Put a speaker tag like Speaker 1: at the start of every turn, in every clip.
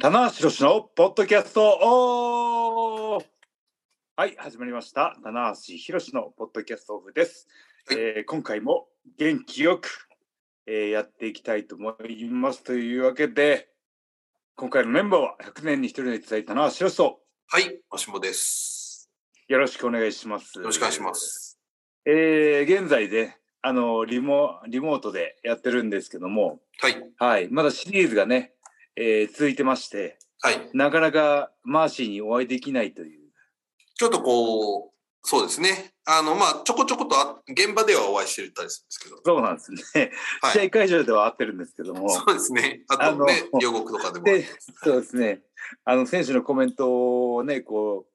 Speaker 1: 棚橋宏のポッドキャストオフはい始まりました棚橋宏のポッドキャストオフです、
Speaker 2: はい
Speaker 1: えー今回も元気よく、えーやっていきたいと思いますというわけで今回のメンバーは100年に一人の逸材棚橋宏と
Speaker 2: はい、マシモです。
Speaker 1: よろしくお願いします
Speaker 2: よろしくお願いします。
Speaker 1: えー現在であのリモリモートでやってるんですけども
Speaker 2: はい、
Speaker 1: はいまだシリーズがね、えー続いてまして
Speaker 2: はい。
Speaker 1: なかなかマーシーにお会いできないという
Speaker 2: ちょっとこう、そうですね。あの、まあ、ちょこちょことあ現場ではお会いしてたりするんですけど。
Speaker 1: そうなんですね、
Speaker 2: はい
Speaker 1: 試合会場では合ってるんですけども
Speaker 2: そうですね。あとね
Speaker 1: あの、
Speaker 2: 両国とかでも。
Speaker 1: でそうですねあの選手のコメントをねこ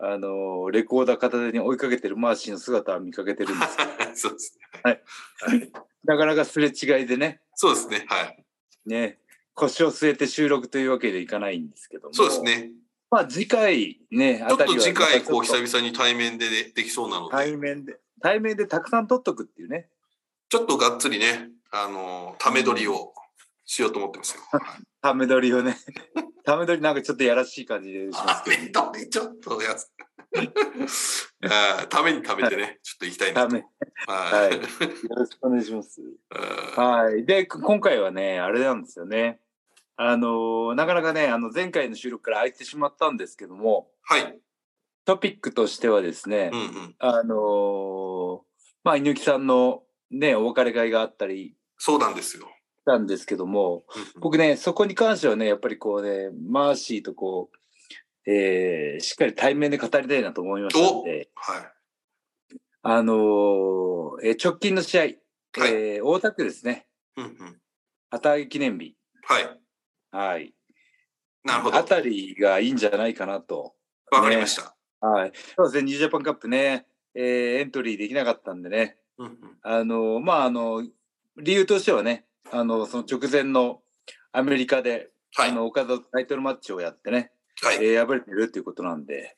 Speaker 1: うあのレコーダー片手に追いかけてるマーシーの姿は見かけてるんです
Speaker 2: そうですね。
Speaker 1: なかなかすれ違いでね
Speaker 2: そうですね。はい。
Speaker 1: ね腰を据えて収録というわけでいかないんですけども
Speaker 2: そうですね。
Speaker 1: まあ次回ね
Speaker 2: ちょ
Speaker 1: あ
Speaker 2: ったと
Speaker 1: りは
Speaker 2: 次回、こ
Speaker 1: ま
Speaker 2: う、
Speaker 1: たちょっと
Speaker 2: 久々に対面でねできそうなので、
Speaker 1: 対面で対面でたくさん撮っとくっていうね
Speaker 2: ちょっとがっつりね、あの、ため撮りをしようと思ってますよ。
Speaker 1: ため撮りをね ため撮りなんかちょっとやらしい感じでします
Speaker 2: ため撮り、ちょっとやつ。 あーためにためてね、ちょっと行きたいな
Speaker 1: た
Speaker 2: と。
Speaker 1: めよ
Speaker 2: はい。
Speaker 1: はいろしくお願いします
Speaker 2: うん
Speaker 1: はい。で、く今回はね、あれなんですよね。あのーなかなかね、あの、前回の収録から空いてしまったんですけども、
Speaker 2: はい。
Speaker 1: トピックとしてはですね、
Speaker 2: うんうん。
Speaker 1: あのーまあ、猪木さんのね、お別れ会があったり
Speaker 2: そうなんですよ。
Speaker 1: したんですけども、僕ね、そこに関してはね、やっぱりこうね、マーシーとこう、えーしっかり対面で語りたいなと思いましたので、
Speaker 2: は
Speaker 1: あのーえー直近の試合、
Speaker 2: い。はい。
Speaker 1: えー大田区ですね、
Speaker 2: うんうん。
Speaker 1: 旗揚げ記念日。
Speaker 2: はい。
Speaker 1: はい。
Speaker 2: なるほど。
Speaker 1: あたりがいいんじゃないかなと。
Speaker 2: わかりました。
Speaker 1: はい。そうですね、ニュージャパンカップね、えーエントリーできなかったんでね、
Speaker 2: うんうん。
Speaker 1: あの、まあ、あの、理由としてはね、あの、その直前のアメリカで、
Speaker 2: はい
Speaker 1: あ。の、岡田とタイトルマッチをやってね、
Speaker 2: は
Speaker 1: え
Speaker 2: い。
Speaker 1: ー敗れてるっていうことなんで、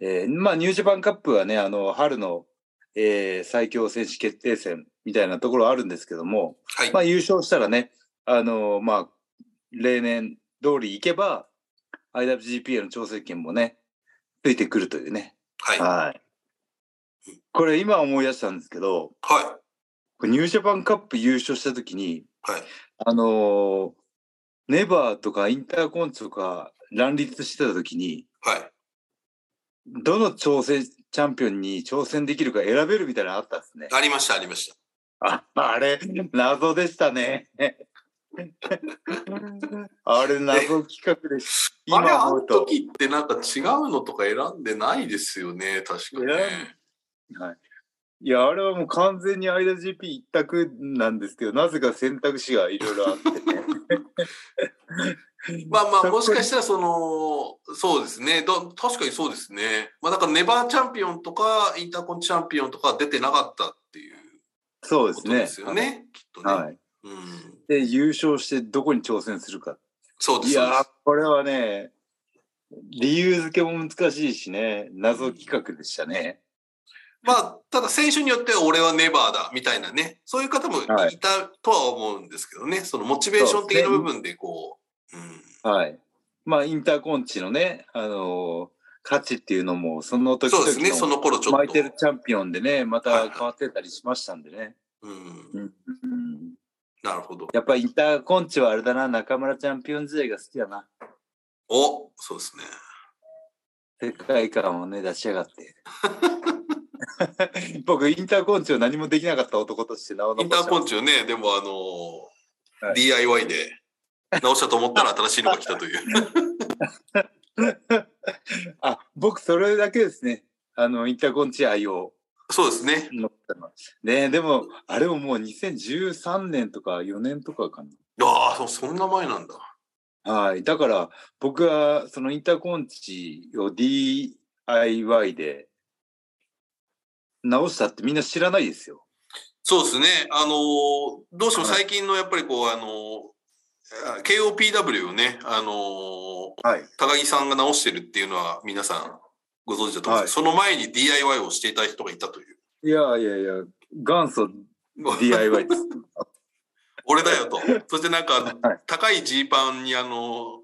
Speaker 1: えーまあ、ニュージャパンカップはね、あの、春の、えー最強選手決定戦みたいなところはあるんですけども、
Speaker 2: はい。
Speaker 1: まあ、優勝したらね、あのまあ、例年通り行けば、IWGP への挑戦権もね、ついてくるというね。
Speaker 2: はい。はい。
Speaker 1: はい。これ今思い出したんですけど、これニュージャパンカップ優勝した時に、
Speaker 2: はい
Speaker 1: あのーネバーとかインターコンチとか乱立してた時に、
Speaker 2: はい。
Speaker 1: どの挑戦、チャンピオンに挑戦できるか選べるみたいなのあったんですね。
Speaker 2: ありました、ありました。
Speaker 1: ああれ、謎でしたね。あれ、謎企画です。
Speaker 2: あれ、
Speaker 1: 今
Speaker 2: あ
Speaker 1: 思
Speaker 2: の
Speaker 1: うと。
Speaker 2: 時ってなんか違うのとか選んでないですよね、確かにね。
Speaker 1: はい、いや、あれはもう完全に IWGP 一択なんですけど、なぜか選択肢がいろい ろあってね。
Speaker 2: まあまあ、もしかしたら、その、そうですね。ど確かにそうですね。まあ、だから、ネバーチャンピオンとか、インターコンチャンピオンとか出てなかったっていう
Speaker 1: そう
Speaker 2: ことで
Speaker 1: ですす
Speaker 2: よ
Speaker 1: ね。
Speaker 2: ね、きっとね。
Speaker 1: はい。
Speaker 2: うん。
Speaker 1: で、優勝してどこに挑戦するか。
Speaker 2: そうで
Speaker 1: い
Speaker 2: す。そうで
Speaker 1: やー、これはね、理由付けも難しいしね、謎企画でしたね。
Speaker 2: まあ、ただ選手によっては俺はネバーだみたいなね、そういう方もいた
Speaker 1: はい
Speaker 2: とは思うんですけどね、そのモチベーション的な部分でこう、うん、
Speaker 1: はい。まあ、インターコンチのね、あのー価値っていうのも、その時
Speaker 2: そう
Speaker 1: 々
Speaker 2: ですね、そ
Speaker 1: の
Speaker 2: の頃ちょ
Speaker 1: 巻
Speaker 2: っ
Speaker 1: い
Speaker 2: と
Speaker 1: て。るチャンピオンでね、ま
Speaker 2: はいは
Speaker 1: た
Speaker 2: い
Speaker 1: 変わってたりしましたんでね。
Speaker 2: うん
Speaker 1: う、んうん
Speaker 2: なるほど。
Speaker 1: やっぱインターコンチはあれだな、中村チャンピオン時代が好きだな。
Speaker 2: おそうですね。
Speaker 1: 世界観をね、出しやが って。僕、インターコンチを何もできなかった男として名を
Speaker 2: インターコン
Speaker 1: チ
Speaker 2: チをね、でもあのー
Speaker 1: はい
Speaker 2: DIY で直したと思ったら新しいのが来たという。
Speaker 1: あ、僕、それだけですね。あの、インターコンチ愛を
Speaker 2: そうですね。
Speaker 1: 持ったのは。ねでも、あれももう2013年とか4年とかかな。
Speaker 2: ああ、そうそんな前なんだ。
Speaker 1: はい。だから、僕は、そのインターコンチを DIY で直したってみんな知らないですよ。
Speaker 2: そうですね。あのーどうしても
Speaker 1: はい
Speaker 2: 最近のやっぱりこう、あのー KOPW をね、あのー
Speaker 1: はい。
Speaker 2: 高木さんが直してるっていうのは皆さんご存知だと思うんですけど、その前に DIY をしていた人がいたという。
Speaker 1: いやいやいや、元祖 DIY です。
Speaker 2: 俺だよと。そしてなんか、
Speaker 1: はい
Speaker 2: 高いジーパンにあの、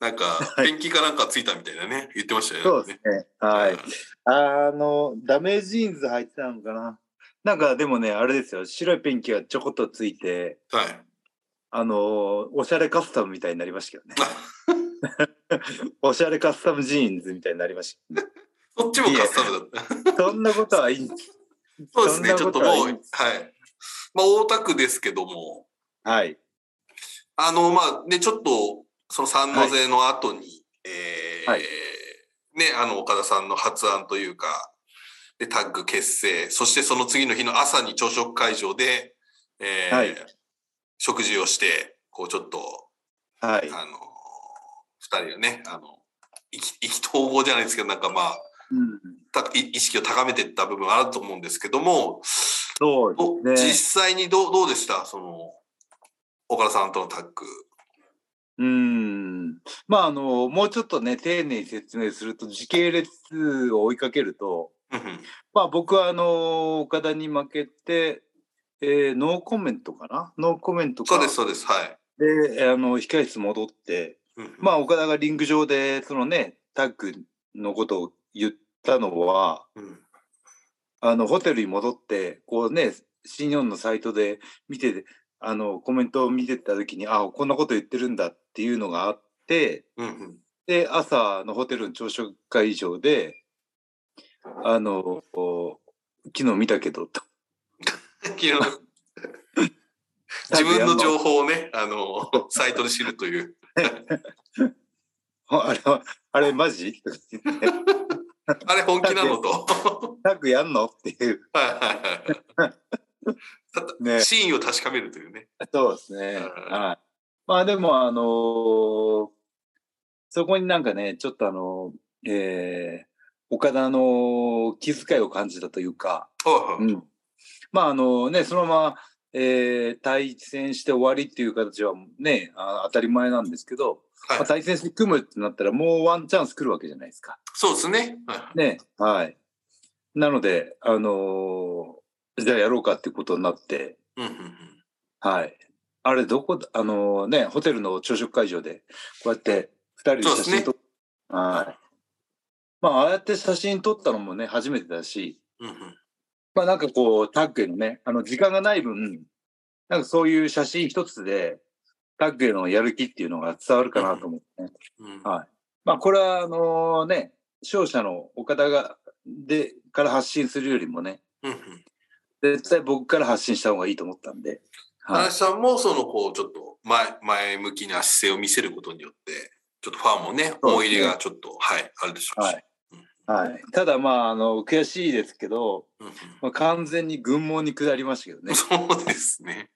Speaker 2: なんか、ペンキかなんかついたみたいなね、言ってましたよね。
Speaker 1: そうですね。はい。
Speaker 2: うん
Speaker 1: あの、ダメージジーンズ履いてたのかな。なんかでもね、あれですよ、白いペンキがちょこっとついて、
Speaker 2: はい。
Speaker 1: あの、おしゃれカスタムみたいになりましたけどね。おしゃれカスタムジーンズみたいになりまし
Speaker 2: そっちもカスタムだった。
Speaker 1: た。そんなことはいいんです。
Speaker 2: そうですね、ち
Speaker 1: そん
Speaker 2: ょ
Speaker 1: な
Speaker 2: っと
Speaker 1: こ
Speaker 2: も
Speaker 1: と
Speaker 2: う、
Speaker 1: は
Speaker 2: はい
Speaker 1: いい。
Speaker 2: まあ、大田区ですけども、
Speaker 1: はい。
Speaker 2: あの、まあ、ね、ちょっと、その三の瀬の後に、えー
Speaker 1: はい
Speaker 2: ね、あの、岡田さんの発案というか、で、タッグ結成、そしてその次の日の朝に朝食会場で、えー
Speaker 1: はい
Speaker 2: 食事をして、こう、ちょっと、
Speaker 1: はい。
Speaker 2: あの、二人がね、あの、意気意気投合じゃないですけど、なんかまあ、
Speaker 1: うん、
Speaker 2: た意意識を高めていった部分はあると思うんですけども、
Speaker 1: そう
Speaker 2: お
Speaker 1: ですね。
Speaker 2: 実際にどうどうでしたその岡田さんとのタッグ
Speaker 1: うん。まあ、あの、もうちょっとね、丁寧に説明すると、時系列を追いかけると、
Speaker 2: うんうん
Speaker 1: まあ、僕は、あの、岡田に負けて、えーノーコメントかなノーコメントか。
Speaker 2: そうですそうですはい、
Speaker 1: で、あの、控室戻って、
Speaker 2: うんうん
Speaker 1: まあ、岡田がリング上で、そのね、タッグのことを言ったのは、
Speaker 2: うん
Speaker 1: あの、ホテルに戻って、こうね、新日本のサイトで見てて、あの、コメントを見てた時に、あこんなこと言ってるんだっていうのがあって、
Speaker 2: うんうん
Speaker 1: で、朝のホテルの朝食会場で、あの、こう昨日見たけど、と
Speaker 2: 昨日 自分の情報をねあのサイトで知るという
Speaker 1: あれは、あれマジ とか言って
Speaker 2: あれ本気なのと
Speaker 1: タッグやんのっていう。
Speaker 2: はいはいはい
Speaker 1: ね。
Speaker 2: 真意を確かめるというね
Speaker 1: そうですね。
Speaker 2: うん
Speaker 1: はい。まあでも、あのーそこになんかね、ちょっとあのーえー岡田の気遣いを感じたというか、
Speaker 2: は
Speaker 1: う
Speaker 2: い
Speaker 1: ん。まああのね、そのまま、えー対戦して終わりっていう形はね、あ当たり前なんですけど、
Speaker 2: はい
Speaker 1: まあ対戦して組むってなったらもうワンチャンス来るわけじゃないですか。
Speaker 2: そうですねはいはい
Speaker 1: ね。はい。なので、あのーじゃあやろうかってことになって、
Speaker 2: うんうんうん
Speaker 1: はい。あれ、どこだ、あのね、ホテルの朝食会場で、こうやって二人で写
Speaker 2: そうですね
Speaker 1: 真撮っ、はい。まあ、ああやって写真撮ったのもね、初めてだし、
Speaker 2: うんうん
Speaker 1: まあなんかこう、タッグへのね、あの、時間がない分、なんかそういう写真一つで、タッグへのやる気っていうのが伝わるかなと思ってね。
Speaker 2: うん
Speaker 1: はいまあ、これは、あのね、勝者の岡田が、で、から発信するよりもね、
Speaker 2: うんうん
Speaker 1: 絶対僕から発信した方がいいと思ったんで、
Speaker 2: 田
Speaker 1: はい
Speaker 2: 中。さんもそのこうちょっと前前向きな姿勢を見せることによってちょっとファンもね思い入れがちょっと、はいあるでしょうし、
Speaker 1: はいはい、ただまああの悔しいですけど、
Speaker 2: うんうん
Speaker 1: まあ、完全に軍門に下りましたけど ね
Speaker 2: そうですね。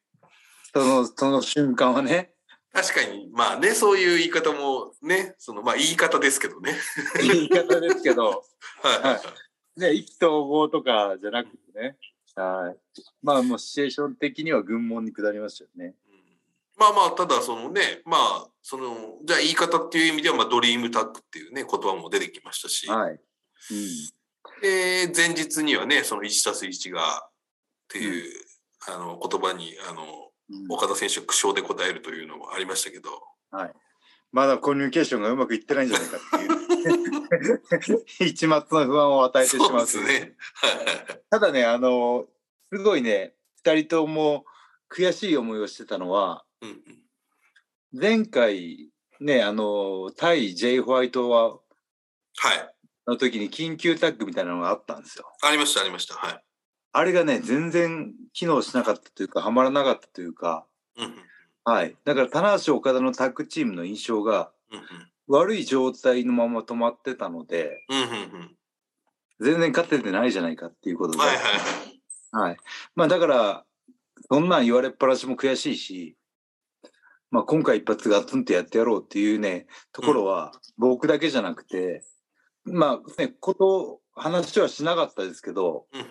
Speaker 1: そのその瞬間はね
Speaker 2: 確かに、まあね、そういう言い方もね、その、まあ言い方ですけどね。
Speaker 1: 言い方ですけど、
Speaker 2: はいはいはい。
Speaker 1: ね、意気投合とかじゃなくてね、はい、まあもうシチュエーション的には軍門に下りましたよね
Speaker 2: うんまあまあ、ただそのね、まあ、その、じゃあ言い方っていう意味では、まあドリームタッグっていうね、言葉も出てきましたし、
Speaker 1: はい、うん、
Speaker 2: で、前日にはね、その1たす1が、っていう、あの、言葉に、あの、
Speaker 1: うん
Speaker 2: 岡田選手が苦笑で答えるというのもありましたけど、
Speaker 1: はい、まだコミュニケーションがうまくいってないんじゃないかっていう 一抹の不安を与えてし
Speaker 2: そう
Speaker 1: ま
Speaker 2: で
Speaker 1: うとい
Speaker 2: す
Speaker 1: う
Speaker 2: ね。はいはいはい
Speaker 1: ただねあのすごいね2人とも悔しい思いをしてたのは
Speaker 2: うんうん
Speaker 1: 前回ねあの対 J ホワイトは
Speaker 2: はい。
Speaker 1: の時に緊急タッグみたいなのがあったんですよ
Speaker 2: ありました、ありました。はい。
Speaker 1: あれがね全然機能しなかったというかはまらなかったというか
Speaker 2: うんうん
Speaker 1: はいだから棚橋岡田のタッグチームの印象が
Speaker 2: うん
Speaker 1: 悪い状態のまま止まってたので
Speaker 2: うんうんうんうん
Speaker 1: 全然勝ててないじゃないかっていうことで、
Speaker 2: はいはいはい。
Speaker 1: はい。まあだから、そんなん言われっぱなしも悔しいし、まあ今回一発ガツンとやってやろうっていうね、ところは僕だけじゃなくて、まあね、こと、話はしなかったですけど、
Speaker 2: うんうん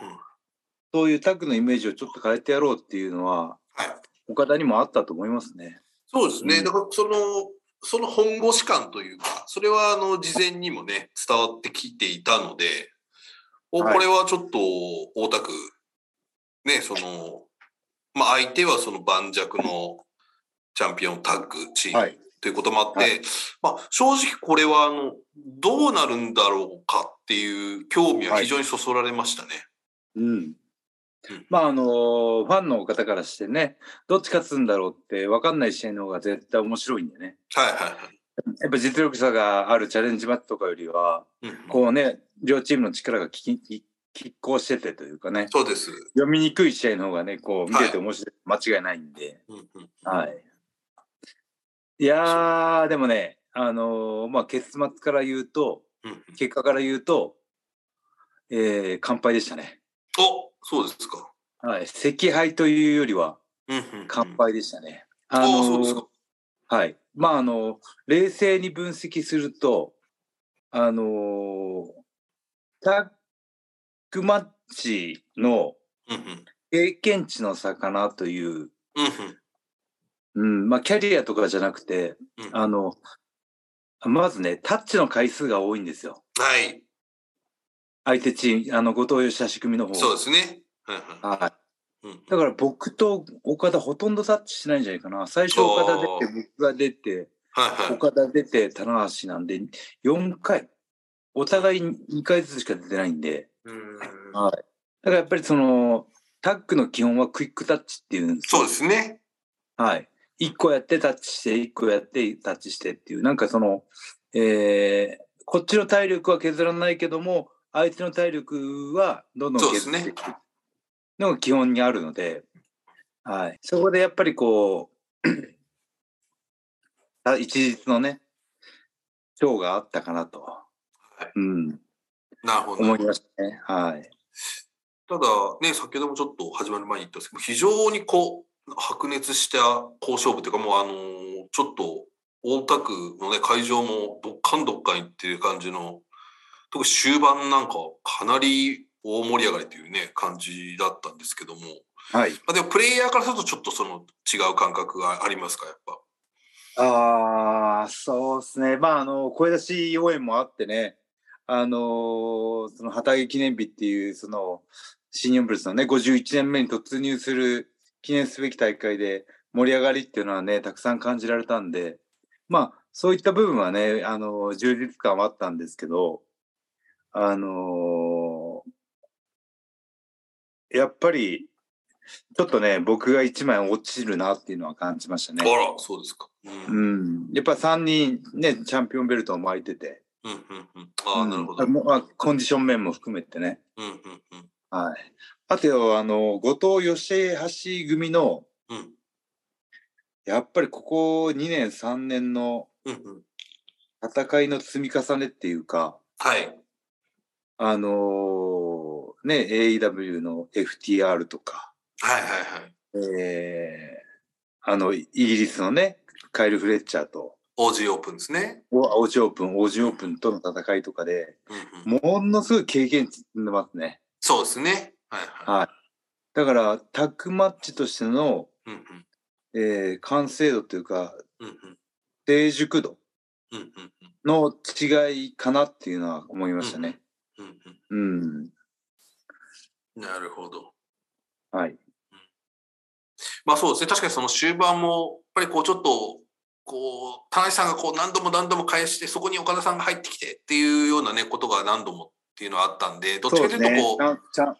Speaker 1: そういうタッグのイメージをちょっと変えてやろうっていうのは、
Speaker 2: はい。
Speaker 1: 岡田にもあったと思いますね。
Speaker 2: そうですね。
Speaker 1: うん
Speaker 2: だから、その、その本腰感というか、それは、あの、事前にもね、伝わってきていたので、お
Speaker 1: はい
Speaker 2: これはちょっと、大田区、ね、その、まあ、相手はその盤石のチャンピオンタッグチーム
Speaker 1: い。
Speaker 2: ということもあって、
Speaker 1: はい
Speaker 2: まあ、正直これはあのどうなるんだろうかっていう興味は非常にそそられましたね。
Speaker 1: うん。まああのファンの方からしてね、どっち勝つんだろうって分かんない試合の方が絶対面白いんでね。
Speaker 2: はいはいはい
Speaker 1: やっぱ実力差があるチャレンジマッチとかよりは、
Speaker 2: うん
Speaker 1: こうね、両チームの力がきき拮抗しててというかね、
Speaker 2: そうです。
Speaker 1: 読みにくい試合の方がね、こう見てて面白い、間違いないんで。
Speaker 2: うんうん
Speaker 1: はい。いやー、でもね、あのーまあ、結末から言うと、
Speaker 2: うんうん
Speaker 1: 結果から言うと、えー、乾杯でしたね。
Speaker 2: おそうですか。
Speaker 1: はい。惜敗というよりは、
Speaker 2: うんうんうん
Speaker 1: 乾。杯でしたね。
Speaker 2: あ
Speaker 1: あのー
Speaker 2: そうですか。
Speaker 1: はい。まあ、あの、冷静に分析すると、あのータッグマッチの
Speaker 2: うんうん
Speaker 1: 経験値の差かなという、
Speaker 2: うん
Speaker 1: うん、まあ、キャリアとかじゃなくて、
Speaker 2: うんうんは
Speaker 1: あの、まずね、タッチの回数が多いんですよ。
Speaker 2: い。
Speaker 1: 相手チーム、あの、後藤義橋組の方
Speaker 2: そうですね。はいは。
Speaker 1: はい
Speaker 2: うん
Speaker 1: い。だから僕と岡田ほとんどタッチしないんじゃないかな。最初岡田出て、僕が出て、
Speaker 2: はいはい。
Speaker 1: 岡田出て、棚橋なんで、4回。お互い2回ずつしか出てないんで。
Speaker 2: うん
Speaker 1: はい。だからやっぱりその、タッグの基本はクイックタッチっていうんです
Speaker 2: そうですね。
Speaker 1: はい。一個やってタッチして、一個やってタッチしてっていう、なんかその、えーこっちの体力は削らないけども、相手の体力はどんどん削っていくのが基本にあるので、はい。そこでやっぱりこう、あ 一日のね、賞があったかなと、
Speaker 2: い
Speaker 1: うん、
Speaker 2: なるほど。
Speaker 1: 思いましたね。はい。
Speaker 2: ただ、ね、先ほどもちょっと始まる前に言ったんですけど、非常にこう、白熱した好勝負というか、もうあのーちょっと、大田区のね、会場もどっかんどっかんっていう感じの、特に終盤なんかはかなり大盛り上がりというね、感じだったんですけども、
Speaker 1: はい。
Speaker 2: まあ、でもプレイヤーからするとちょっとその違う感覚がありますか、やっぱ。
Speaker 1: ああ、そうですね。まあ、あの、声出し応援もあってね、あのーその旗揚げ記念日っていう、その、新日本プロレスのね、51年目に突入する記念すべき大会で盛り上がりっていうのはね、たくさん感じられたんで、まあ、そういった部分はね、あの充実感はあったんですけど、あのーやっぱり、ちょっとね、僕が一枚落ちるなっていうのは感じましたね。
Speaker 2: あら、そうですか。うん、うん、
Speaker 1: うん、やっぱ3人ね、チャンピオンベルトを巻いてて、
Speaker 2: うん、うん。ああ、なるほど。
Speaker 1: うんまあ、コンディション面も含めてね。
Speaker 2: うん、うん、うん。
Speaker 1: はい。あと、あの、後藤義江橋組の、
Speaker 2: うん
Speaker 1: やっぱりここ2年、3年の
Speaker 2: うん、うん。
Speaker 1: 戦いの積み重ねっていうか、
Speaker 2: はい。
Speaker 1: あのーね、AEW の FTR とか、
Speaker 2: はい、はい、はい。
Speaker 1: えー、あの、イギリスのね、カイル・フレッチャーと、
Speaker 2: OG オープンですね。
Speaker 1: オージーオープン、オージーオープンとの戦いとかで、
Speaker 2: うん、う
Speaker 1: も
Speaker 2: ん。
Speaker 1: のすごい経験値積んでますね。
Speaker 2: そうですね。はいは
Speaker 1: はい。だから、タッグマッチとしての、
Speaker 2: い。うんうん
Speaker 1: えー完成度というか、
Speaker 2: うんうん
Speaker 1: 成熟度
Speaker 2: うんうんうん
Speaker 1: の違いかなっていうのは思いましたね。
Speaker 2: うんうん
Speaker 1: うん。
Speaker 2: なるほど。
Speaker 1: はい。
Speaker 2: まあそうですね。確かにその終盤も、やっぱりこうちょっと、こう、田内さんがこう何度も何度も返して、そこに岡田さんが入ってきてっていうようなね、ことが何度もっていうのはあったんで、どっちかというとこ
Speaker 1: そう
Speaker 2: う、
Speaker 1: ですねちゃんちゃん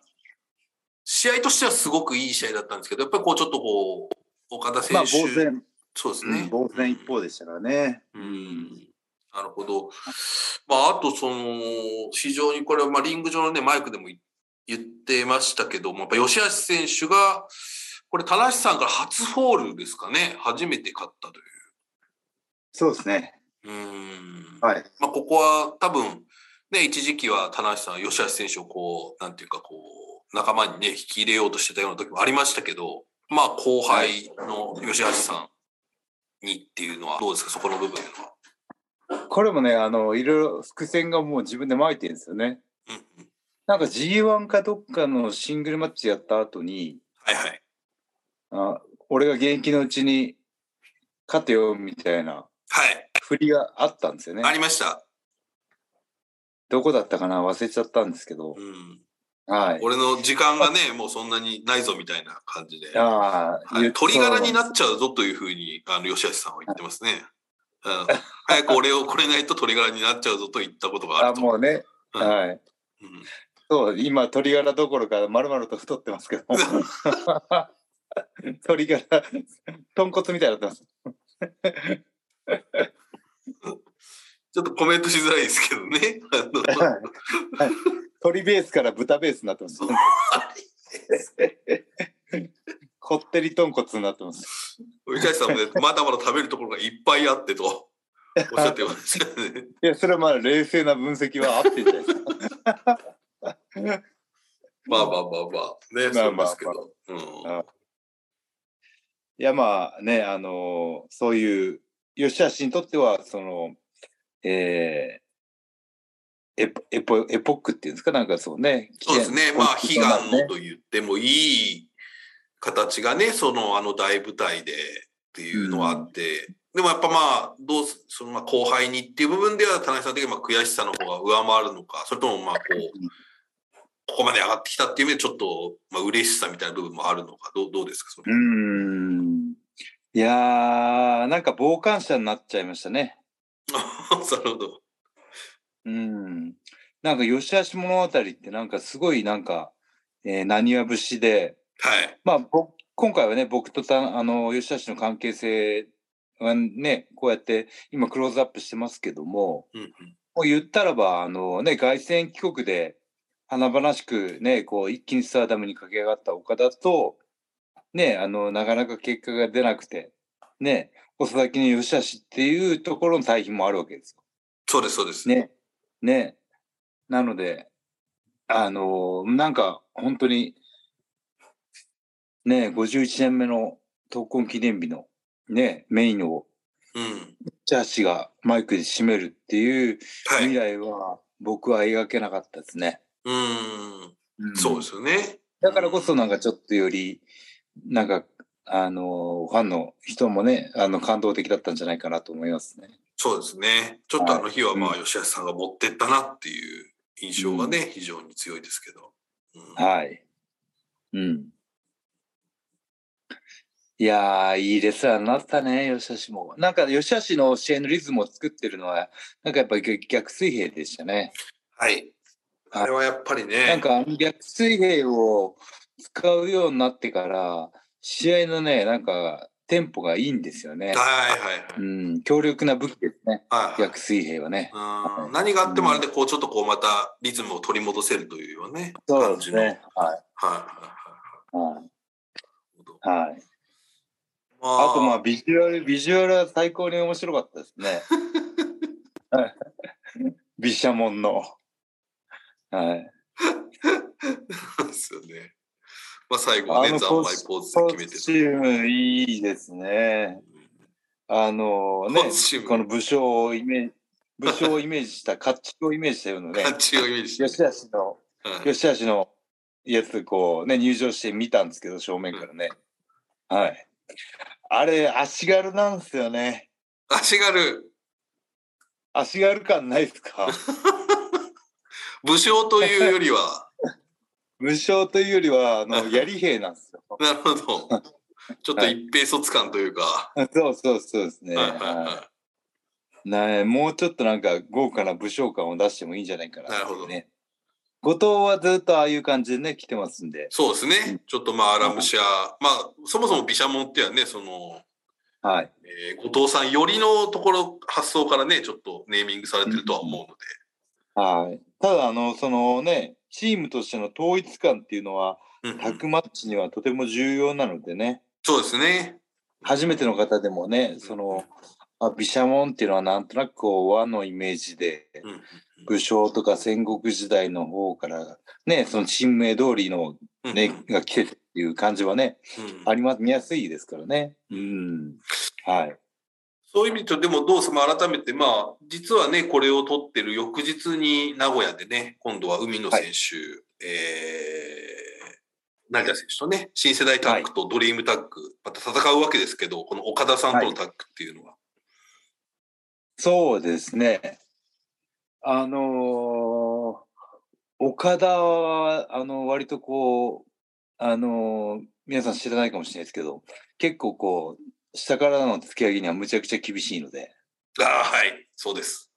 Speaker 2: 試合としてはすごくいい試合だったんですけど、やっぱりこうちょっとこう、岡田
Speaker 1: まあ、
Speaker 2: 選
Speaker 1: 防
Speaker 2: 手、
Speaker 1: 戦、
Speaker 2: そうです
Speaker 1: う
Speaker 2: ね
Speaker 1: ん。防戦一方でしたからね。
Speaker 2: うんなるほど。まあ、あと、その、非常にこれは、まあ、リング上のね、マイクでもい言ってましたけども、やっぱ吉橋選手が、これ、田無さんから初ホールですかね、初めて勝ったと
Speaker 1: そうですね。
Speaker 2: いう。うん。
Speaker 1: はい。
Speaker 2: まあ、ここは多分、ね、一時期は田無さん、吉橋選手をこう、なんていうか、こう、仲間にね、引き入れようとしてたような時もありましたけど、まあ、後輩の吉橋さんにっていうのは、どうですか、そこの部分は。
Speaker 1: これもね、あの、いろいろ伏線がもう自分で巻いてるんですよね。
Speaker 2: うんうん。
Speaker 1: なんか G1 かどっかのシングルマッチやった後に、
Speaker 2: はいはい。
Speaker 1: あ俺が現役のうちに勝てよみたいな
Speaker 2: はい。
Speaker 1: 振りがあったんですよね
Speaker 2: あ。りました。
Speaker 1: どこだったかな忘れちゃったんですけど
Speaker 2: う。ん。
Speaker 1: はい。
Speaker 2: 俺の時間がね、もうそんなにないぞみたいな感じで。は
Speaker 1: ああ、
Speaker 2: い、
Speaker 1: 言っ
Speaker 2: 鳥柄にな
Speaker 1: そ
Speaker 2: っちゃうぞというふうに、あの、吉橋さんは言ってますね。うん、早く俺をこれないと鳥柄になっちゃうぞと言ったことがあ
Speaker 1: あ
Speaker 2: ると。
Speaker 1: もうね、
Speaker 2: うん
Speaker 1: はい
Speaker 2: うん
Speaker 1: そう今鶏ガラどころかまるまると太ってますけど 鶏ガラ豚骨みたいになってます
Speaker 2: ちょっとコメントしづらいですけどね。あの
Speaker 1: 鶏ベースから豚ベースになってます
Speaker 2: そう
Speaker 1: こってり豚骨になってます
Speaker 2: 宇垣さんもね、まだまだ食べるところがいっぱいあってとおっしゃってました よね。
Speaker 1: いやそれはまあ冷静な分析はあってんじゃないですか
Speaker 2: まあまあまあまあ、 ね、
Speaker 1: ま
Speaker 2: そ
Speaker 1: あ
Speaker 2: う
Speaker 1: ま
Speaker 2: で
Speaker 1: あ
Speaker 2: すけど。うん
Speaker 1: いやまあねあのそういう吉橋にとってはそのえーエポエポエポックっていうんですかなんかそうね
Speaker 2: そうですね、まあ
Speaker 1: 危
Speaker 2: 悲
Speaker 1: 険
Speaker 2: 願のと言ってもいい形がね、そのあの大舞台でっていうのはあって、でもやっぱまあ、どうすそのまあ後輩にっていう部分では、田中さん的にはまあ悔しさの方が上回るのか、それともまあこう、ここまで上がってきたっていう意味で、ちょっとまあ嬉しさみたいな部分もあるのか、どうどうですか、その
Speaker 1: うーんいやーなんか傍観者になっちゃいましたね。
Speaker 2: なるほど。
Speaker 1: うん。なんか吉橋物語ってなんかすごいなんか、えー、何は節で、
Speaker 2: はい。
Speaker 1: まあ僕、今回はね、僕とたあの吉橋の関係性はね、こうやって今クローズアップしてますけども、
Speaker 2: うんうん
Speaker 1: もう言ったらば、あのね、凱旋帰国で華々しくね、こう一気にスターダムに駆け上がった岡田と、ね、あの、なかなか結果が出なくて、ね、遅咲きに吉橋っていうところの対比もあるわけですよ。
Speaker 2: そうです、そうです。
Speaker 1: ね、ね。なので、あのーなんか本当に、ね、51年目の闘魂記念日のね、メインを
Speaker 2: うん。
Speaker 1: ジャッシがマイクで締めるっていう
Speaker 2: は
Speaker 1: 未
Speaker 2: い。
Speaker 1: 来は僕は描けなかったですね。
Speaker 2: うん。
Speaker 1: うん
Speaker 2: そうですよね。
Speaker 1: だからこそなんかちょっとより、なんか、あのーファンの人もね、あの、感動的だったんじゃないかなと思いますね。
Speaker 2: そうですね。ちょっとあの日はまあ、
Speaker 1: は
Speaker 2: 吉橋さんが持ってったなっていう印象がね、非常に強いですけど。うん
Speaker 1: はい。うん。いやー、いいレスラーになったね、吉橋も。なんか、吉橋の試合のリズムを作ってるのは、なんかやっぱり逆逆水平でしたね。
Speaker 2: はい。あれはやっぱりね。
Speaker 1: なんか、あの逆水平を使うようになってから、試合のね、なんか、テンポがいいんですよね。
Speaker 2: はいはいはい。
Speaker 1: うん、強力な武器ですね、
Speaker 2: はいはい
Speaker 1: 逆水平はね。
Speaker 2: うん何があってもあれでこうちょっとこうまたリズムを取り戻せるというようなね感じの、はいはい
Speaker 1: はい。
Speaker 2: はい
Speaker 1: はい。
Speaker 2: はい
Speaker 1: はい。
Speaker 2: ま
Speaker 1: あとまあビジュアル、ビジュアルは最高に面白かったですね。 はい毘沙門の。はい。
Speaker 2: そうですよね。まあ最後
Speaker 1: あ
Speaker 2: ね
Speaker 1: の
Speaker 2: ザン
Speaker 1: コ
Speaker 2: マイ
Speaker 1: ス
Speaker 2: ポーズ
Speaker 1: コ
Speaker 2: で決めて
Speaker 1: スチームいいですね。あのね
Speaker 2: コスチー、ム
Speaker 1: この武将をイメージ、武将をイメージした、甲冑をイメージしたような ね、
Speaker 2: 感じをイメージして
Speaker 1: 吉田氏の、
Speaker 2: はい
Speaker 1: 吉田氏のやつこうね、入場して見たんですけど、正面からね。はい。あれ、足軽なんですよね。
Speaker 2: 足軽
Speaker 1: 足軽感ないです か
Speaker 2: 武将というよりは
Speaker 1: 無償というよりは、あ の、槍兵なんですよ。
Speaker 2: なるほどちょっと一平卒感というか、
Speaker 1: そうそうそうですね。
Speaker 2: はいはいはい
Speaker 1: はいなもうちょっとなんか豪華な武将感を出してもいいんじゃないかな、
Speaker 2: なるほど
Speaker 1: ね。後藤はずっとああいう感じでね、来てますんで。
Speaker 2: そうです
Speaker 1: う
Speaker 2: ね
Speaker 1: ん
Speaker 2: ちょっとまあアラムシャまあそもそも毘沙門っていうのはねその、
Speaker 1: はい。
Speaker 2: えー後藤さんよりのところ発想からねちょっとネーミングされてるとは思うので、
Speaker 1: はい。ただ、あの、そのね、チームとしての統一感っていうのは、
Speaker 2: うん
Speaker 1: タッグマッチにはとても重要なのでね、
Speaker 2: そうですね
Speaker 1: 初めての方でもね、その、あ毘沙門っていうのはなんとなくこう和のイメージで、
Speaker 2: うん
Speaker 1: 武将とか戦国時代の方からねその珍名通りの
Speaker 2: うん
Speaker 1: ね、が来てるっていう感じはね
Speaker 2: うん
Speaker 1: あります見やすいですからねうんはい
Speaker 2: そういう意味と、でもどうせも改めて、まあ、実はね、これを取ってる翌日に名古屋でね、今度は海野選手、えー、成田選手とね、新世代タッグとドリームタッグ、また戦うわけですけど、この岡田さんとのタッグっていうのは。
Speaker 1: そうですねあのー岡田はあの割とこうあのー皆さん知らないかもしれないですけど結構こう下からの突き上げにはむちゃくちゃ厳しいので
Speaker 2: ああ、はい。そうです。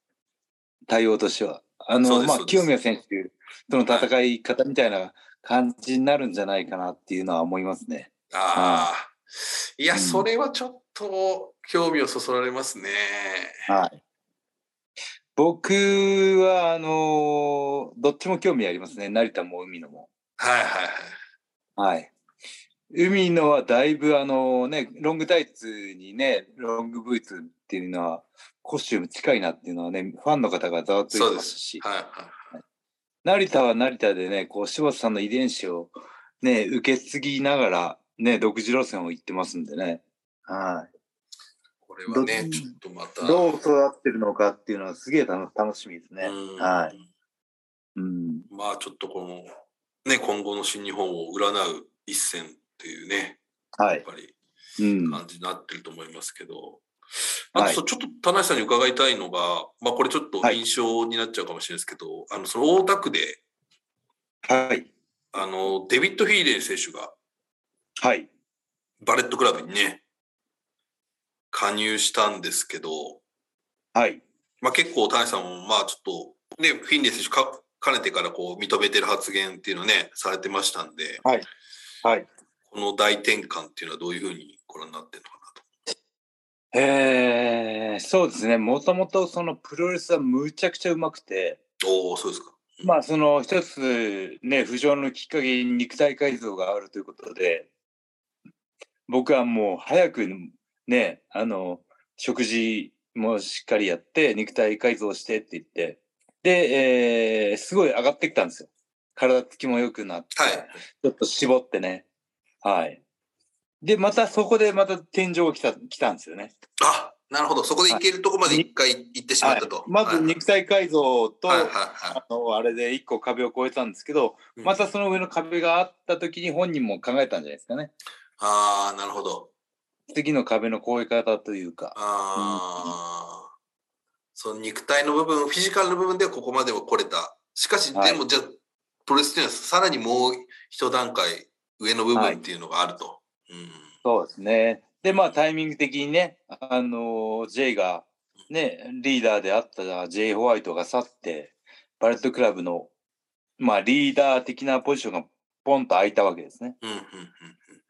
Speaker 1: 対応としては。あ
Speaker 2: そう
Speaker 1: の、
Speaker 2: です
Speaker 1: まあ
Speaker 2: そう、です
Speaker 1: 清宮選手との戦い方みたいな感じになるんじゃないかなっていうのは思いますね。
Speaker 2: ああ。いや、
Speaker 1: うん
Speaker 2: それはちょっと興味をそそられますね。
Speaker 1: はい。僕は、あのどっちも興味ありますね。成田も海野も。
Speaker 2: はいはいはい。
Speaker 1: はい。海野はだいぶあのね、ロングタイツにね、ロングブーツっていうのは、コスチューム近いなっていうのはね、ファンの方がざわついてますし、
Speaker 2: はいは。
Speaker 1: 成田は成田でね、こう、柴田さんの遺伝子をね、受け継ぎながら、ね、独自路線を行ってますんでね、はい
Speaker 2: これはね、
Speaker 1: ど
Speaker 2: ちょっとまた。
Speaker 1: い。どう育ってるのかっていうのはすげえ楽楽しみですね。
Speaker 2: うん
Speaker 1: はい。うん。
Speaker 2: まあちょっとこの、ね、今後の新日本を占う一戦っていうね、
Speaker 1: は
Speaker 2: やっ
Speaker 1: い。
Speaker 2: ぱり
Speaker 1: うん。
Speaker 2: 感じになってると思いますけど、
Speaker 1: はい
Speaker 2: あとそうちょっと田中さんに伺いたいのが、まあこれちょっと
Speaker 1: はい
Speaker 2: 印象になっちゃうかもしれないですけど、あの、その大田区で、
Speaker 1: はい。
Speaker 2: あの、デビッド・ヒーレン選手が
Speaker 1: はい。
Speaker 2: バレットクラブにね、加入したんですけど、
Speaker 1: はい。
Speaker 2: まあ、結構、田中さんも、まあ、ちょっと、ね、フィンレイ選手か、かねてからこう認めてる発言っていうのをね、されてましたんで、
Speaker 1: はいはい
Speaker 2: この大転換っていうのはどういうふうにご覧になってるのか
Speaker 1: えー、そうですね、もともとそのプロレスはむちゃくちゃうまくて、
Speaker 2: なと。おお、そうですか。
Speaker 1: まあ、その一つね、浮上のきっかけに肉体改造があるということで、僕はもう早くね、あの、食事もしっかりやって、肉体改造してって言って、で、えーすごい上がってきたんですよ。体つきも良くなって、
Speaker 2: はい。
Speaker 1: ちょっと絞ってね。はい。で、またそこでまた天井が来た、来たんですよね。
Speaker 2: あ、なるほど。そこで行けるとこまで一回行ってしまったと。
Speaker 1: まず肉体改造と、
Speaker 2: はいはいは
Speaker 1: あのあれで一個壁を越えたんですけど、
Speaker 2: い。
Speaker 1: また、その上の壁があった時に本人も考えたんじゃないですかね。
Speaker 2: ああ、なるほど。
Speaker 1: 次の壁の越え方というか。
Speaker 2: ああ、その肉体の部分、フィジカルの部分ではここまでは来れた。しかし、
Speaker 1: はい
Speaker 2: でもじゃあ、プロレスっていうのはさらにもう一段階上の部分っていうのがあると。うん
Speaker 1: そうですね。で、まあタイミング的にね、あの J が、ね、リーダーであった J ホワイトが去って、バレットクラブの、まあリーダー的なポジションがポンと空いたわけですね。
Speaker 2: うんうんうん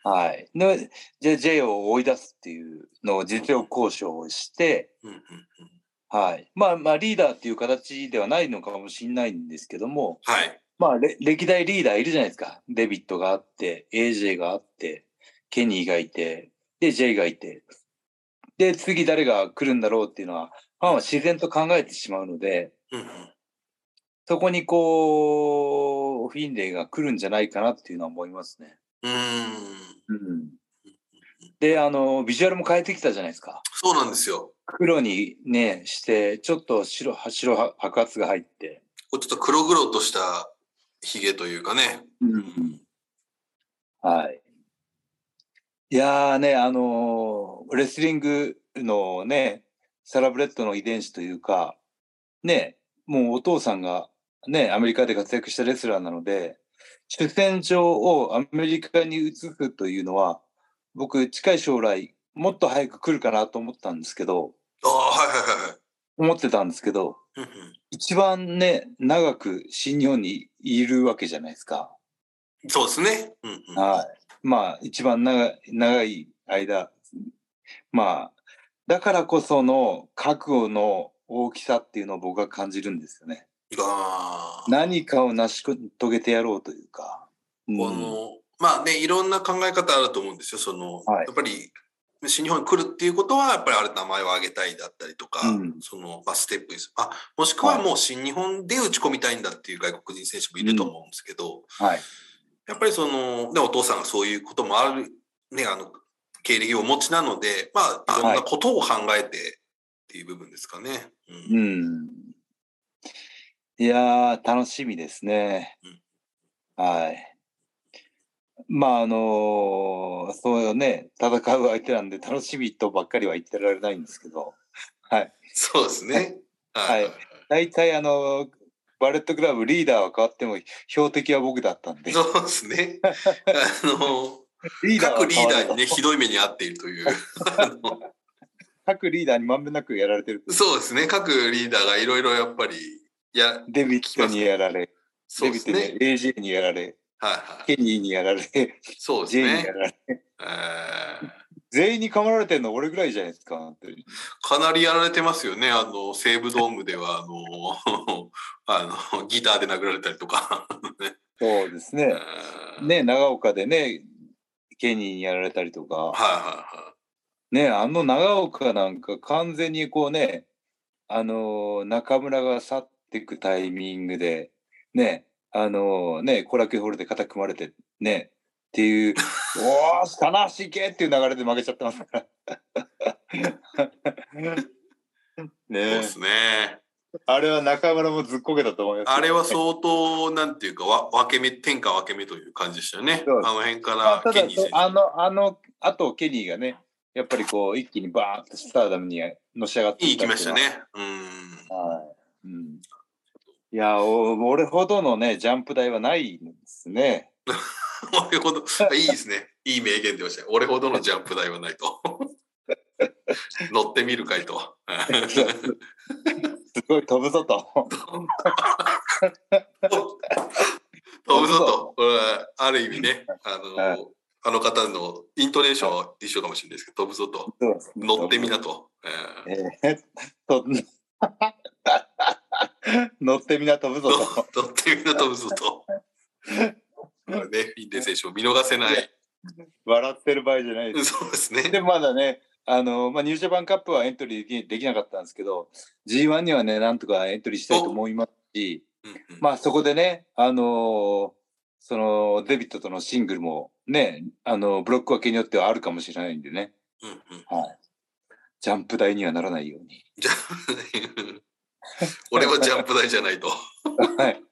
Speaker 1: はい。で、じゃあ J を追い出すっていうのを実力交渉をして、
Speaker 2: うんうんうん
Speaker 1: はい。まあまあリーダーっていう形ではないのかもしれないんですけども、
Speaker 2: はい。
Speaker 1: まあれ歴代リーダーいるじゃないですか。デビットがあって、AJ があって、ケニーがいて、で、J がいて。で、次誰が来るんだろうっていうのは、ファンは自然と考えてしまうので、
Speaker 2: うんうん
Speaker 1: そこにこう、フィンレイが来るんじゃないかなっていうのは思いますね。
Speaker 2: うーん。
Speaker 1: うん。で、あの、ビジュアルも変えてきたじゃないですか。
Speaker 2: そうなんですよ。
Speaker 1: 黒にね、して、ちょっと白、白は、白髪が入って。
Speaker 2: こうちょっと黒々としたひげというかね。うん
Speaker 1: はい。いやーね、あのーレスリングのね、サラブレッドの遺伝子というか、ね、もうお父さんがね、アメリカで活躍したレスラーなので、主戦場をアメリカに移すというのは、僕、近い将来、もっと早く来るかなと思ったんですけど、
Speaker 2: ああ、はいはいはいはい
Speaker 1: 思ってたんですけど、
Speaker 2: うんうん。
Speaker 1: 一番ね、長く新日本にいるわけじゃないですか。
Speaker 2: そうですね。うんうん
Speaker 1: はい。まあ、一番長い長い間、まあ、だからこその覚悟の大きさっていうのを僕は感じるんですよね。
Speaker 2: あー
Speaker 1: 何かを成し遂げてやろうというか。うん
Speaker 2: この、まあね、いろんな考え方あると思うんですよ。その、
Speaker 1: はい
Speaker 2: やっぱり、新日本に来るっていうことは、やっぱりあれ名前を挙げたいだったりとか、
Speaker 1: うん
Speaker 2: その、まあ、ステップにする。あ、もしくは
Speaker 1: はい
Speaker 2: もう新日本で打ち込みたいんだっていう外国人選手もいると思うんですけど、
Speaker 1: はい。
Speaker 2: やっぱりその、ね、お父さんがそういうこともある、ね、あの、経歴をお持ちなので、まあ、いろんなことを考えてっていう部分ですかね。うん
Speaker 1: うん。いやー、楽しみですね。はい。まあ、あのーそうよね、戦う相手なんで楽しみとばっかりは言ってられないんですけど、はい。
Speaker 2: そうですね。
Speaker 1: はい大体あのバレットクラブリーダーは変わっても標的は僕だったんで
Speaker 2: そうですね。 あの、
Speaker 1: リ
Speaker 2: 各リーダー
Speaker 1: 変わ
Speaker 2: にね、ひどい目に遭っているという。あの
Speaker 1: 各リーダーにまんべんなくやられてる。
Speaker 2: そうですね。各リーダーがいろいろやっぱり、や、
Speaker 1: デビットにやられ、
Speaker 2: そう
Speaker 1: デ
Speaker 2: で
Speaker 1: ビッ
Speaker 2: す
Speaker 1: トに AJ
Speaker 2: ね。
Speaker 1: にやられ、
Speaker 2: はいはい。
Speaker 1: ケニーにやられ、
Speaker 2: そうです
Speaker 1: J に
Speaker 2: ね
Speaker 1: や。られ、
Speaker 2: えー
Speaker 1: 全員に構られてるの俺ぐらいじゃないですか。本当に
Speaker 2: かなりやられてますよね。あの、西武ドームでは、あの、 あの、ギターで殴られたりとか。
Speaker 1: そうですね。
Speaker 2: ね。
Speaker 1: ね、長岡でね、ケニーにやられたりと
Speaker 2: はい
Speaker 1: か、
Speaker 2: は
Speaker 1: ね、あの長岡なんか完全にこうね、あのー中村が去っていくタイミングで、ね、あのーね、コラケホールで肩組まれて、ね、って いう、おー、悲しいけっていう流れで負けちゃってます から。
Speaker 2: いはい。そう
Speaker 1: ね
Speaker 2: で、すね。
Speaker 1: あれは中村もずっこけたと思います。
Speaker 2: あれは相当、なんていうか、わ分け目、天下分け目という感じでしたよね。あ
Speaker 1: そうです
Speaker 2: の辺か
Speaker 1: まあ、
Speaker 2: ら
Speaker 1: ただ
Speaker 2: ケニー選手。
Speaker 1: あの、あの、あとケニーがね、やっぱりこう、一気にバーンとスターダムにのし上がって
Speaker 2: いい行
Speaker 1: た
Speaker 2: き
Speaker 1: って
Speaker 2: ま
Speaker 1: うのは。
Speaker 2: したね。うん。
Speaker 1: はい。うん。いや、お俺ほどのね、ジャンプ台はないんですね。
Speaker 2: 俺ほど、あいいですね。いい名言出ましたね。俺ほどのジャンプ台はないと。 乗ってみるかい と。
Speaker 1: すごい飛ぶぞと。
Speaker 2: 飛ぶぞと。これはある意味ね、あの、あの方のイントネーションは一緒かもしれないですけど、飛ぶぞと。
Speaker 1: そうですね
Speaker 2: 乗ってみな。と。えー
Speaker 1: えー、と 乗ってみな飛ぶぞ と。
Speaker 2: 乗ってみな飛ぶぞ と。これね、フィンデ選手を見逃せない。
Speaker 1: 笑ってる場合じゃないです。
Speaker 2: そうですね。
Speaker 1: で、まだね、あのまあ、ニュージャパンカップはエントリーできできなかったんですけど、G1 にはね、なんとかエントリーしたいと思いますし、
Speaker 2: うんうん
Speaker 1: まあそこでね、あのーそのデビットとのシングルもね、あのブロック分けによってはあるかもしれないんでね、
Speaker 2: うんうん
Speaker 1: ジャンプ台にはならないように。
Speaker 2: 俺はジャンプ台じゃないと。
Speaker 1: はい。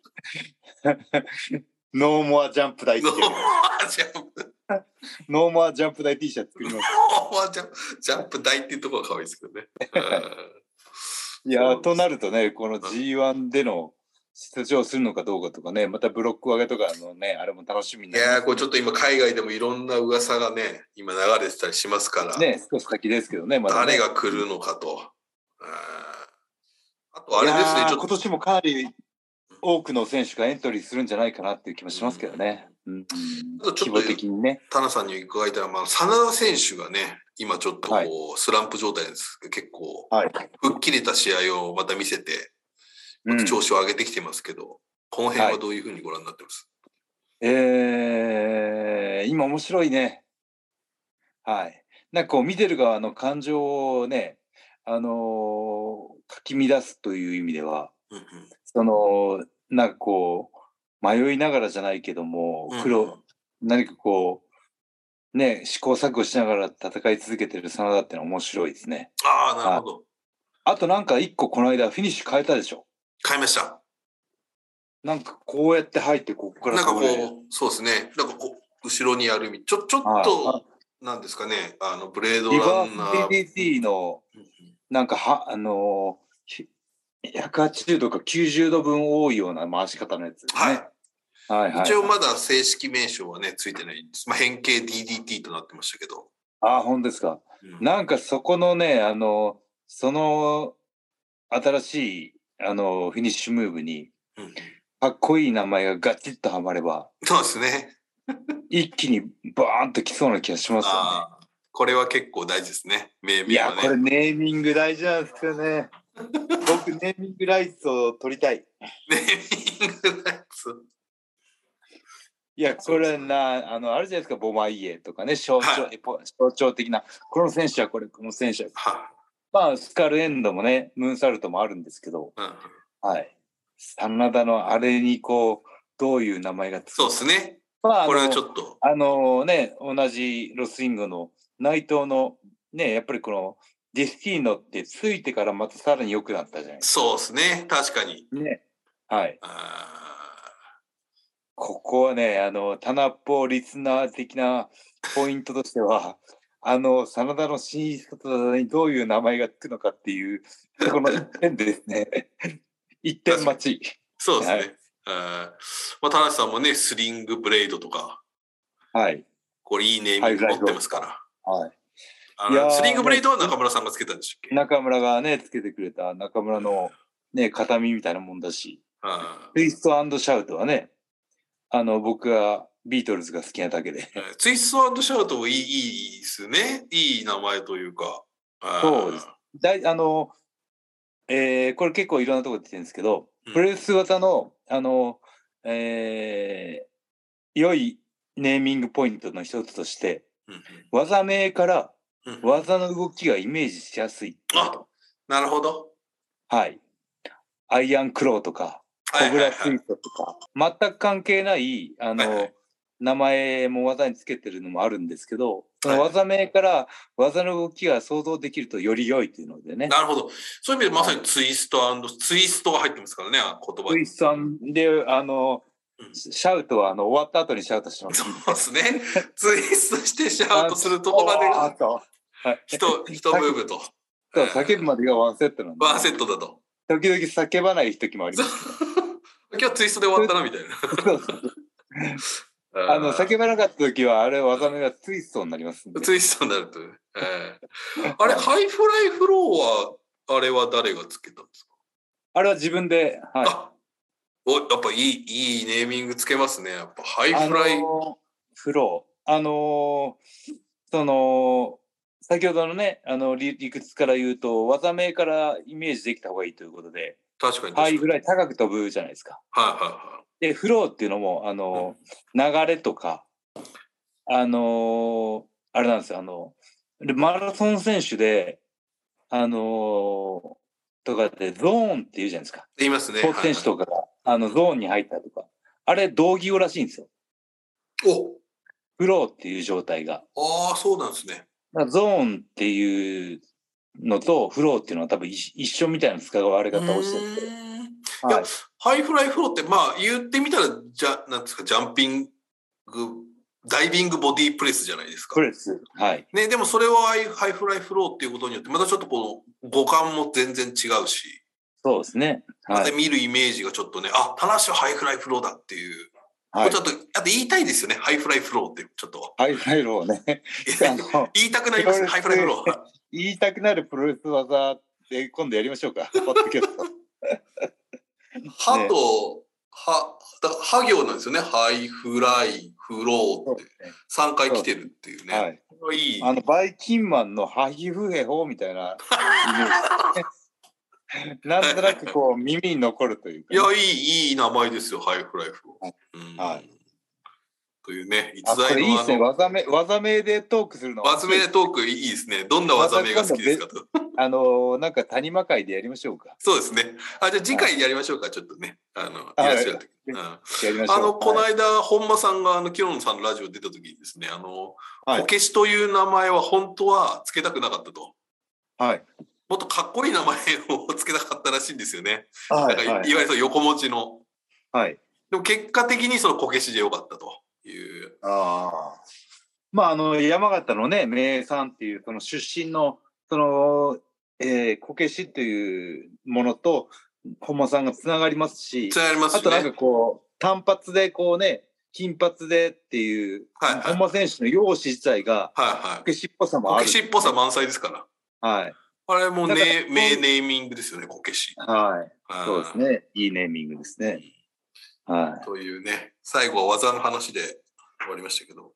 Speaker 1: ノーモアジャンプ台って
Speaker 2: ノ
Speaker 1: いう
Speaker 2: ー、 ジャンプ
Speaker 1: ノーモアジャンプ台 T シャツ作りまし
Speaker 2: ノージャンプジャンプ台っていうところが可愛いですけどね。
Speaker 1: た。いや
Speaker 2: そう
Speaker 1: ー、となるとね、この G1 での出場するのかどうかとかね、またブロック上げとかのね、あれも楽しみ
Speaker 2: う
Speaker 1: に
Speaker 2: んい
Speaker 1: なりま
Speaker 2: やー、これちょっと今海外でもいろんな噂がね、今流れてたりしますから、
Speaker 1: すね、少し先ですけどね、まだね、
Speaker 2: 誰が来るのかと。うんあとあれです
Speaker 1: い
Speaker 2: ね
Speaker 1: や、ー
Speaker 2: ちょっ
Speaker 1: 今
Speaker 2: と。
Speaker 1: 年もかなり多くの選手がエントリーするんじゃないかなっていう気もしますけどね。うん、
Speaker 2: あと
Speaker 1: 規
Speaker 2: ちょっと
Speaker 1: 模的にね。
Speaker 2: 田中さんに伺いたいのは、まあ、真田選手がね、今ちょっとこう、
Speaker 1: はい
Speaker 2: スランプ状態ですけど、結構、
Speaker 1: はい。
Speaker 2: 吹っ切れた試合をまた見せて、
Speaker 1: うん、
Speaker 2: 調子を上げてきてますけど、この辺はどういうふうにご覧になってます、
Speaker 1: えー、今面白いね。はい。なんかこう見てる側の感情をね、あのーかき乱すという意味では、
Speaker 2: うんうん
Speaker 1: その、なんかこう、迷いながらじゃないけども、苦労、何かこう、ね、試行錯誤しながら戦い続けてる真田ってのは面白いですね。
Speaker 2: ああ、なるほど。
Speaker 1: あとなんか一個この間フィニッシュ変えたでしょ
Speaker 2: 買いました。
Speaker 1: なんかこうやって入ってここから
Speaker 2: なんかこ
Speaker 1: 倒れる
Speaker 2: う、そうですね。なんかこう、後ろにやるみ、ちょ、ちょっ
Speaker 1: は
Speaker 2: と、なんですかね、あの、ブレード
Speaker 1: リ
Speaker 2: ラ
Speaker 1: バ
Speaker 2: ンナー。
Speaker 1: ース DDT のなんかはあのーひ180度か90度分多いような回し方のやつです
Speaker 2: はい
Speaker 1: ね。。はい、はい、
Speaker 2: 一応まだ正式名称はね、ついてないんです。まあ、変形 DDT となってましたけど。
Speaker 1: あ、ほんですか。
Speaker 2: うん
Speaker 1: なんかそこのね、あの、その新しいあのフィニッシュムーブに
Speaker 2: うんうん
Speaker 1: かっこいい名前がガチッとはまれば、
Speaker 2: そうですね。
Speaker 1: 一気にバーンときそうな気がしますよね。
Speaker 2: ああ、これは結構大事ですね。名
Speaker 1: い
Speaker 2: 名
Speaker 1: や、
Speaker 2: は
Speaker 1: これ
Speaker 2: ね。
Speaker 1: ネーミング大事なんですよ ね。僕、ネーミングライツを取りたい。
Speaker 2: ネーミングのやつ。
Speaker 1: いや、これな、あの、あるじゃないですか、ボマイエとかね、象徴、
Speaker 2: は
Speaker 1: エポ象徴的な、この選手はこれ、この選手は。
Speaker 2: は
Speaker 1: まあ、スカルエンドもね、ムーンサルトもあるんですけど、
Speaker 2: いうん
Speaker 1: はい。真田のあれに、こう、どういう名前がつく
Speaker 2: そうですね。
Speaker 1: まあ、
Speaker 2: これはち
Speaker 1: っと。
Speaker 2: ょっと。
Speaker 1: あのね、同じロスインゴの内藤の、ね、やっぱりこの、ディスティーノってついてからまたさらに良くなったじゃないです
Speaker 2: そうですね。確かに。
Speaker 1: か。ね。はい。
Speaker 2: あ
Speaker 1: ここはね、あの、タナポリスナー的なポイントとしては、 あの、真田の新方にどういう名前がつくのかっていう、この一点ですね。 一点待ち。
Speaker 2: ーそうですね。
Speaker 1: は
Speaker 2: あーまあ、田中さんもね、スリングブレイドとか、
Speaker 1: はい。
Speaker 2: これいいネーミング持ってますから。
Speaker 1: はい。
Speaker 2: あ
Speaker 1: いや
Speaker 2: の
Speaker 1: ー
Speaker 2: スリングブレイドは中村さんがつけたんでしたっけ、
Speaker 1: 中村がね、つけてくれた中村のね、形見みたいなもんだし、
Speaker 2: あ
Speaker 1: ツイストシャウトはね、あの、僕がビートルズが好きなだけで。
Speaker 2: ーツイストシャウトもいいいいですね。いい名前というか。あー
Speaker 1: そうです。だいあの、えーこれ結構いろんなとこで出てるんですけど、
Speaker 2: うん
Speaker 1: プロレス型の、あの、えー良いネーミングポイントの一つとして、
Speaker 2: うん
Speaker 1: 技名から
Speaker 2: うんうん
Speaker 1: 技の動きがイメージしやすい。
Speaker 2: あなるほど。
Speaker 1: はい。アイアンクローとか、コブラツイートとか、全く関係ない、あの、
Speaker 2: はいはい
Speaker 1: 名前も技につけてるのもあるんですけど、そ
Speaker 2: はい
Speaker 1: の技名から技の動きが想像できるとより良いというのでね。
Speaker 2: なるほど。そういう意味でまさにツイストツイストが入ってますからね、あ言葉
Speaker 1: クイ
Speaker 2: に。
Speaker 1: スさんで、あの、
Speaker 2: うん
Speaker 1: シャウトは、あの、終わった後にシャウトします
Speaker 2: そ。うです ね。ツイストしてシャウトするとこまで
Speaker 1: あ
Speaker 2: が
Speaker 1: と、はい。
Speaker 2: 一一ムーブと、
Speaker 1: そう叫ぶまでがワンセットなんで、
Speaker 2: ワンセットだと。
Speaker 1: 時々叫ばない時もあります。
Speaker 2: 今日ツイストで終わったなみたい
Speaker 1: そうそう
Speaker 2: な。
Speaker 1: あの、
Speaker 2: 先
Speaker 1: 叫ばなかった時は、あれ、技名がツイストになりますんで。
Speaker 2: ツイストになるという。えーあれ、ハイフライフローは、あれは誰がつけたんですか
Speaker 1: あれは自分で、はい。
Speaker 2: あおやっぱいい、いいネーミングつけますね。やっぱハイ
Speaker 1: あ
Speaker 2: フ
Speaker 1: の
Speaker 2: ライ。
Speaker 1: ーフロー。あのーその、先ほどのね、あの理理屈から言うと、技名からイメージできた方がいいということで、
Speaker 2: 確かに確かに。
Speaker 1: ハイぐ
Speaker 2: ライ。
Speaker 1: らい高く飛ぶじゃないですか。
Speaker 2: はいはいはい。
Speaker 1: で、フローっていうのも、あのー流れとか、あのーあれなんですよ、あの、でマラソン選手で、あのーとかでゾーンって言うじゃないですか。
Speaker 2: 言いますね。
Speaker 1: スポーツ選手とかが、あの、ゾーンに入ったとか。あれ、同義語らしいんですよ。
Speaker 2: はいはい
Speaker 1: フローっていう状態が。
Speaker 2: おああ、そうなんですね。
Speaker 1: まあゾーンっていうのとフローっていうのは多分一一緒みたいな使われ
Speaker 2: う
Speaker 1: 方をしてるんで、
Speaker 2: ーんい
Speaker 1: は
Speaker 2: やハイフライフローって、まあ、言ってみたら、じゃ、なんですか、ジャンピング、ダイビングボディープレスじゃないですか
Speaker 1: プ。レス、はい、
Speaker 2: ね、でもそれはハイハイフライフローっていうことによって、またちょっとこの五感も全然違うし、
Speaker 1: そうですね。は
Speaker 2: で
Speaker 1: い、
Speaker 2: 見るイメージがちょっとね、あ、棚橋はハイフライフローだっていう。
Speaker 1: はい
Speaker 2: ちょっと、あと言いたいですよね、ハイフライフローって、ちょっと。
Speaker 1: ハイフライローね。あの
Speaker 2: 言いたくなりますね、ハイフライフロー。
Speaker 1: 言いたくなるプロレス技で今度やりましょう か。ポッドキャスト
Speaker 2: 歯と、歯、だ歯行なんですよね、ハイフライフロー
Speaker 1: そう
Speaker 2: って
Speaker 1: で。すね
Speaker 2: 3回来てるっていうね。
Speaker 1: はい、
Speaker 2: これはいい。
Speaker 1: あのバイキンマンのハヒフヘホみたいなイメージ なんとなくこう耳に残るというか
Speaker 2: い
Speaker 1: ね、
Speaker 2: や、いい、いい名前ですよ、ハイフライフ
Speaker 1: は
Speaker 2: ロー。うん
Speaker 1: はい
Speaker 2: というね、逸
Speaker 1: あこ
Speaker 2: 材
Speaker 1: れいい
Speaker 2: の
Speaker 1: で
Speaker 2: あ
Speaker 1: すね
Speaker 2: の、
Speaker 1: 技名技名でトークするの
Speaker 2: 技名トークいいですね。どんな技名が好きですかと。
Speaker 1: あのなんか谷間会でやりましょうか。
Speaker 2: そうですね。あ、じゃあ次回やりましょうか、ちょっとね。あの、いらっしゃる時。うんあ
Speaker 1: やりましょう。
Speaker 2: の、この
Speaker 1: はい
Speaker 2: 間、本間さんが、あの、キロノさんのラジオ出た時にですね、あの、
Speaker 1: はい
Speaker 2: こけしという名前は本当はつけたくなかったと。
Speaker 1: はい。
Speaker 2: もっとかっこいい名前をつけたかったらしいんですよね。
Speaker 1: は
Speaker 2: なんかい
Speaker 1: い。はい
Speaker 2: いわゆるその横持ちの。
Speaker 1: はい。
Speaker 2: でも結果的にそのこけしでよかったという。
Speaker 1: ああ。まあ、あの、山形のね、名産っていう、その出身の、その、えー、こけしというものと、本間さんがつながりますし、
Speaker 2: つながります
Speaker 1: あ
Speaker 2: よ
Speaker 1: と
Speaker 2: ね。
Speaker 1: なんかこう、単発でこうね、金髪でっていう、
Speaker 2: はいはい
Speaker 1: 本間選手の容姿自体が、
Speaker 2: はいはい
Speaker 1: こ。けしっぽさも
Speaker 2: こ
Speaker 1: あ
Speaker 2: け
Speaker 1: る。
Speaker 2: しっぽさ満載ですから。
Speaker 1: はい。
Speaker 2: あれも
Speaker 1: だから
Speaker 2: ね、名ネーミングですよね、こけし。
Speaker 1: はい。
Speaker 2: あー
Speaker 1: そうです。ね。いいネーミングですね。はい。
Speaker 2: というね、最後は技の話で終わりましたけど、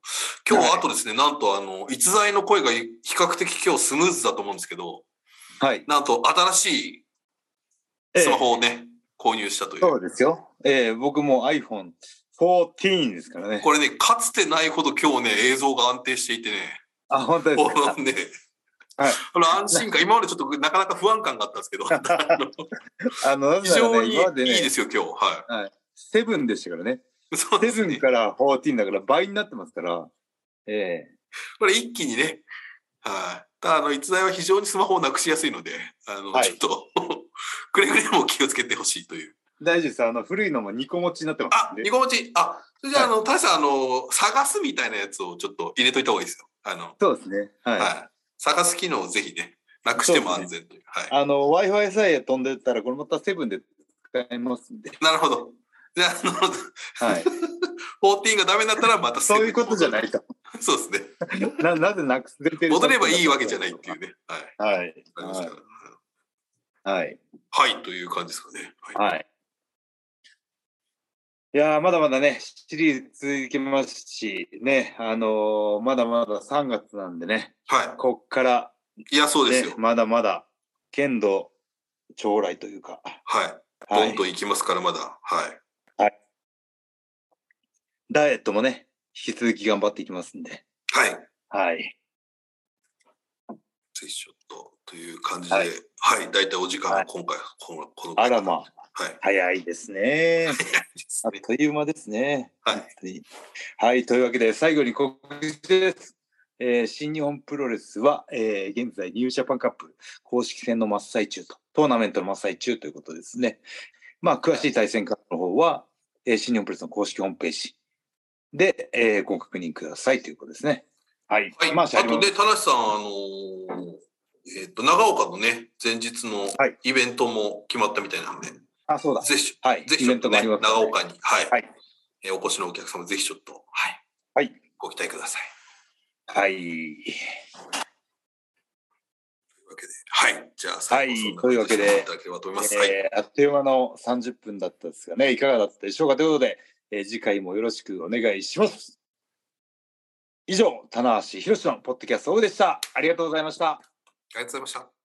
Speaker 2: 今日はあとですね、なんとあの、逸材の声が比較的今日スムーズだと思うんですけど、
Speaker 1: はい。
Speaker 2: なんと新しいスマホをね、購入したという。
Speaker 1: そうですよ。えー僕も iPhone14 ですからね。
Speaker 2: これね、かつてないほど今日ね、映像が安定していてね、
Speaker 1: あ、本当です
Speaker 2: こ
Speaker 1: か。
Speaker 2: のね、
Speaker 1: はい
Speaker 2: この安心感、今までちょっとなかなか不安感があったんです けど、あの
Speaker 1: あの、な
Speaker 2: 非
Speaker 1: ぜならね、
Speaker 2: 常にい
Speaker 1: 今まで
Speaker 2: いで
Speaker 1: ね、
Speaker 2: すよ、今日。は
Speaker 1: セブンでしたからね。
Speaker 2: い。そうで
Speaker 1: セ
Speaker 2: す
Speaker 1: ブ
Speaker 2: ね
Speaker 1: ン。から14だから倍になってますから。え
Speaker 2: これ一気にね、はい。ただ、あの、逸材は非常にスマホをなくしやすいので、あの、
Speaker 1: はい
Speaker 2: ちょっと、 くれぐれも気をつけてほしいという。
Speaker 1: ー大丈夫です。あの、古いのも2個持ちになってます
Speaker 2: あ
Speaker 1: ん、で
Speaker 2: ニ。コモチ。あ、それじゃ
Speaker 1: は
Speaker 2: あ、あの、大さん、あの、探すみたいなやつをちょっと入れといた方がいいですよ。あの、
Speaker 1: そうですね。はい。
Speaker 2: はい。探す機能をぜひね、なくしても安全という。は
Speaker 1: あの、Wi-Fi さえ飛んでたら、これまたセブンで使えますんで。
Speaker 2: い。なるほど。じゃあ、あの、
Speaker 1: はい。
Speaker 2: 14がダメだったらまた
Speaker 1: そういうことじゃないと。
Speaker 2: そうそうですね。
Speaker 1: ななぜなくすれてる
Speaker 2: 戻ればいいわけじゃないっていうね。はい。
Speaker 1: はい。
Speaker 2: ありますから。
Speaker 1: はい。
Speaker 2: はい、という感じですかね。はい。
Speaker 1: はい。いやーまだまだね、シリーズ続きますし、ね、あのーまだまだ3月なんでね、
Speaker 2: は
Speaker 1: こっから、
Speaker 2: い。いや、そうです
Speaker 1: ね
Speaker 2: よ、。
Speaker 1: まだまだ、剣道、将来というか、
Speaker 2: はい。
Speaker 1: は
Speaker 2: ど
Speaker 1: い
Speaker 2: んどんいきますから、まだ。はい。
Speaker 1: ダイエットもね、引き続き頑張っていきますんで、
Speaker 2: はい。
Speaker 1: はい。
Speaker 2: ぜひちょっと、という感じで、は
Speaker 1: はい
Speaker 2: い。大体お時間が今回、この、この、
Speaker 1: あらまあ、
Speaker 2: はい。はい
Speaker 1: 早いですね。
Speaker 2: です
Speaker 1: あっ
Speaker 2: ね
Speaker 1: という間ですね。
Speaker 2: はい。
Speaker 1: はい、はい、というわけで最後に告知です。えー新日本プロレスは、えー現在ニュージャパンカップ公式戦の真っ最中と、トーナメントの真っ最中ということですね。まあ、詳しい対戦カードの方は、えー新日本プロレスの公式ホームページで、えーご確認くださいということですね。はい。
Speaker 2: はい。
Speaker 1: ま
Speaker 2: あ
Speaker 1: あ、シャリ
Speaker 2: と
Speaker 1: モン
Speaker 2: ね、田無さん、あのーえっ、と、長岡のね、前日の
Speaker 1: はい
Speaker 2: イベントも決まったみたいなんで、
Speaker 1: あ、そうだ。
Speaker 2: ぜひ、
Speaker 1: はい。
Speaker 2: ぜひ
Speaker 1: イ
Speaker 2: ち
Speaker 1: ベ
Speaker 2: ょっ
Speaker 1: ント
Speaker 2: と
Speaker 1: もあ
Speaker 2: ね、
Speaker 1: ります、
Speaker 2: 長岡に、はい、
Speaker 1: はい
Speaker 2: えーお越しのお客様、ぜひちょっと、はい、
Speaker 1: はい。
Speaker 2: ご期待ください。
Speaker 1: はい。
Speaker 2: というわけで、はい、じゃあ、最後
Speaker 1: はい
Speaker 2: そんな
Speaker 1: というわけで
Speaker 2: 形になっていただければと思います。はい、
Speaker 1: えーあっという間の30分だったですがね、いかがだったでしょうかということで、えー次回もよろしくお願いします。以上、棚橋宏のポッドキャストオフでした。ありがとうございました。
Speaker 2: ありがとうございました。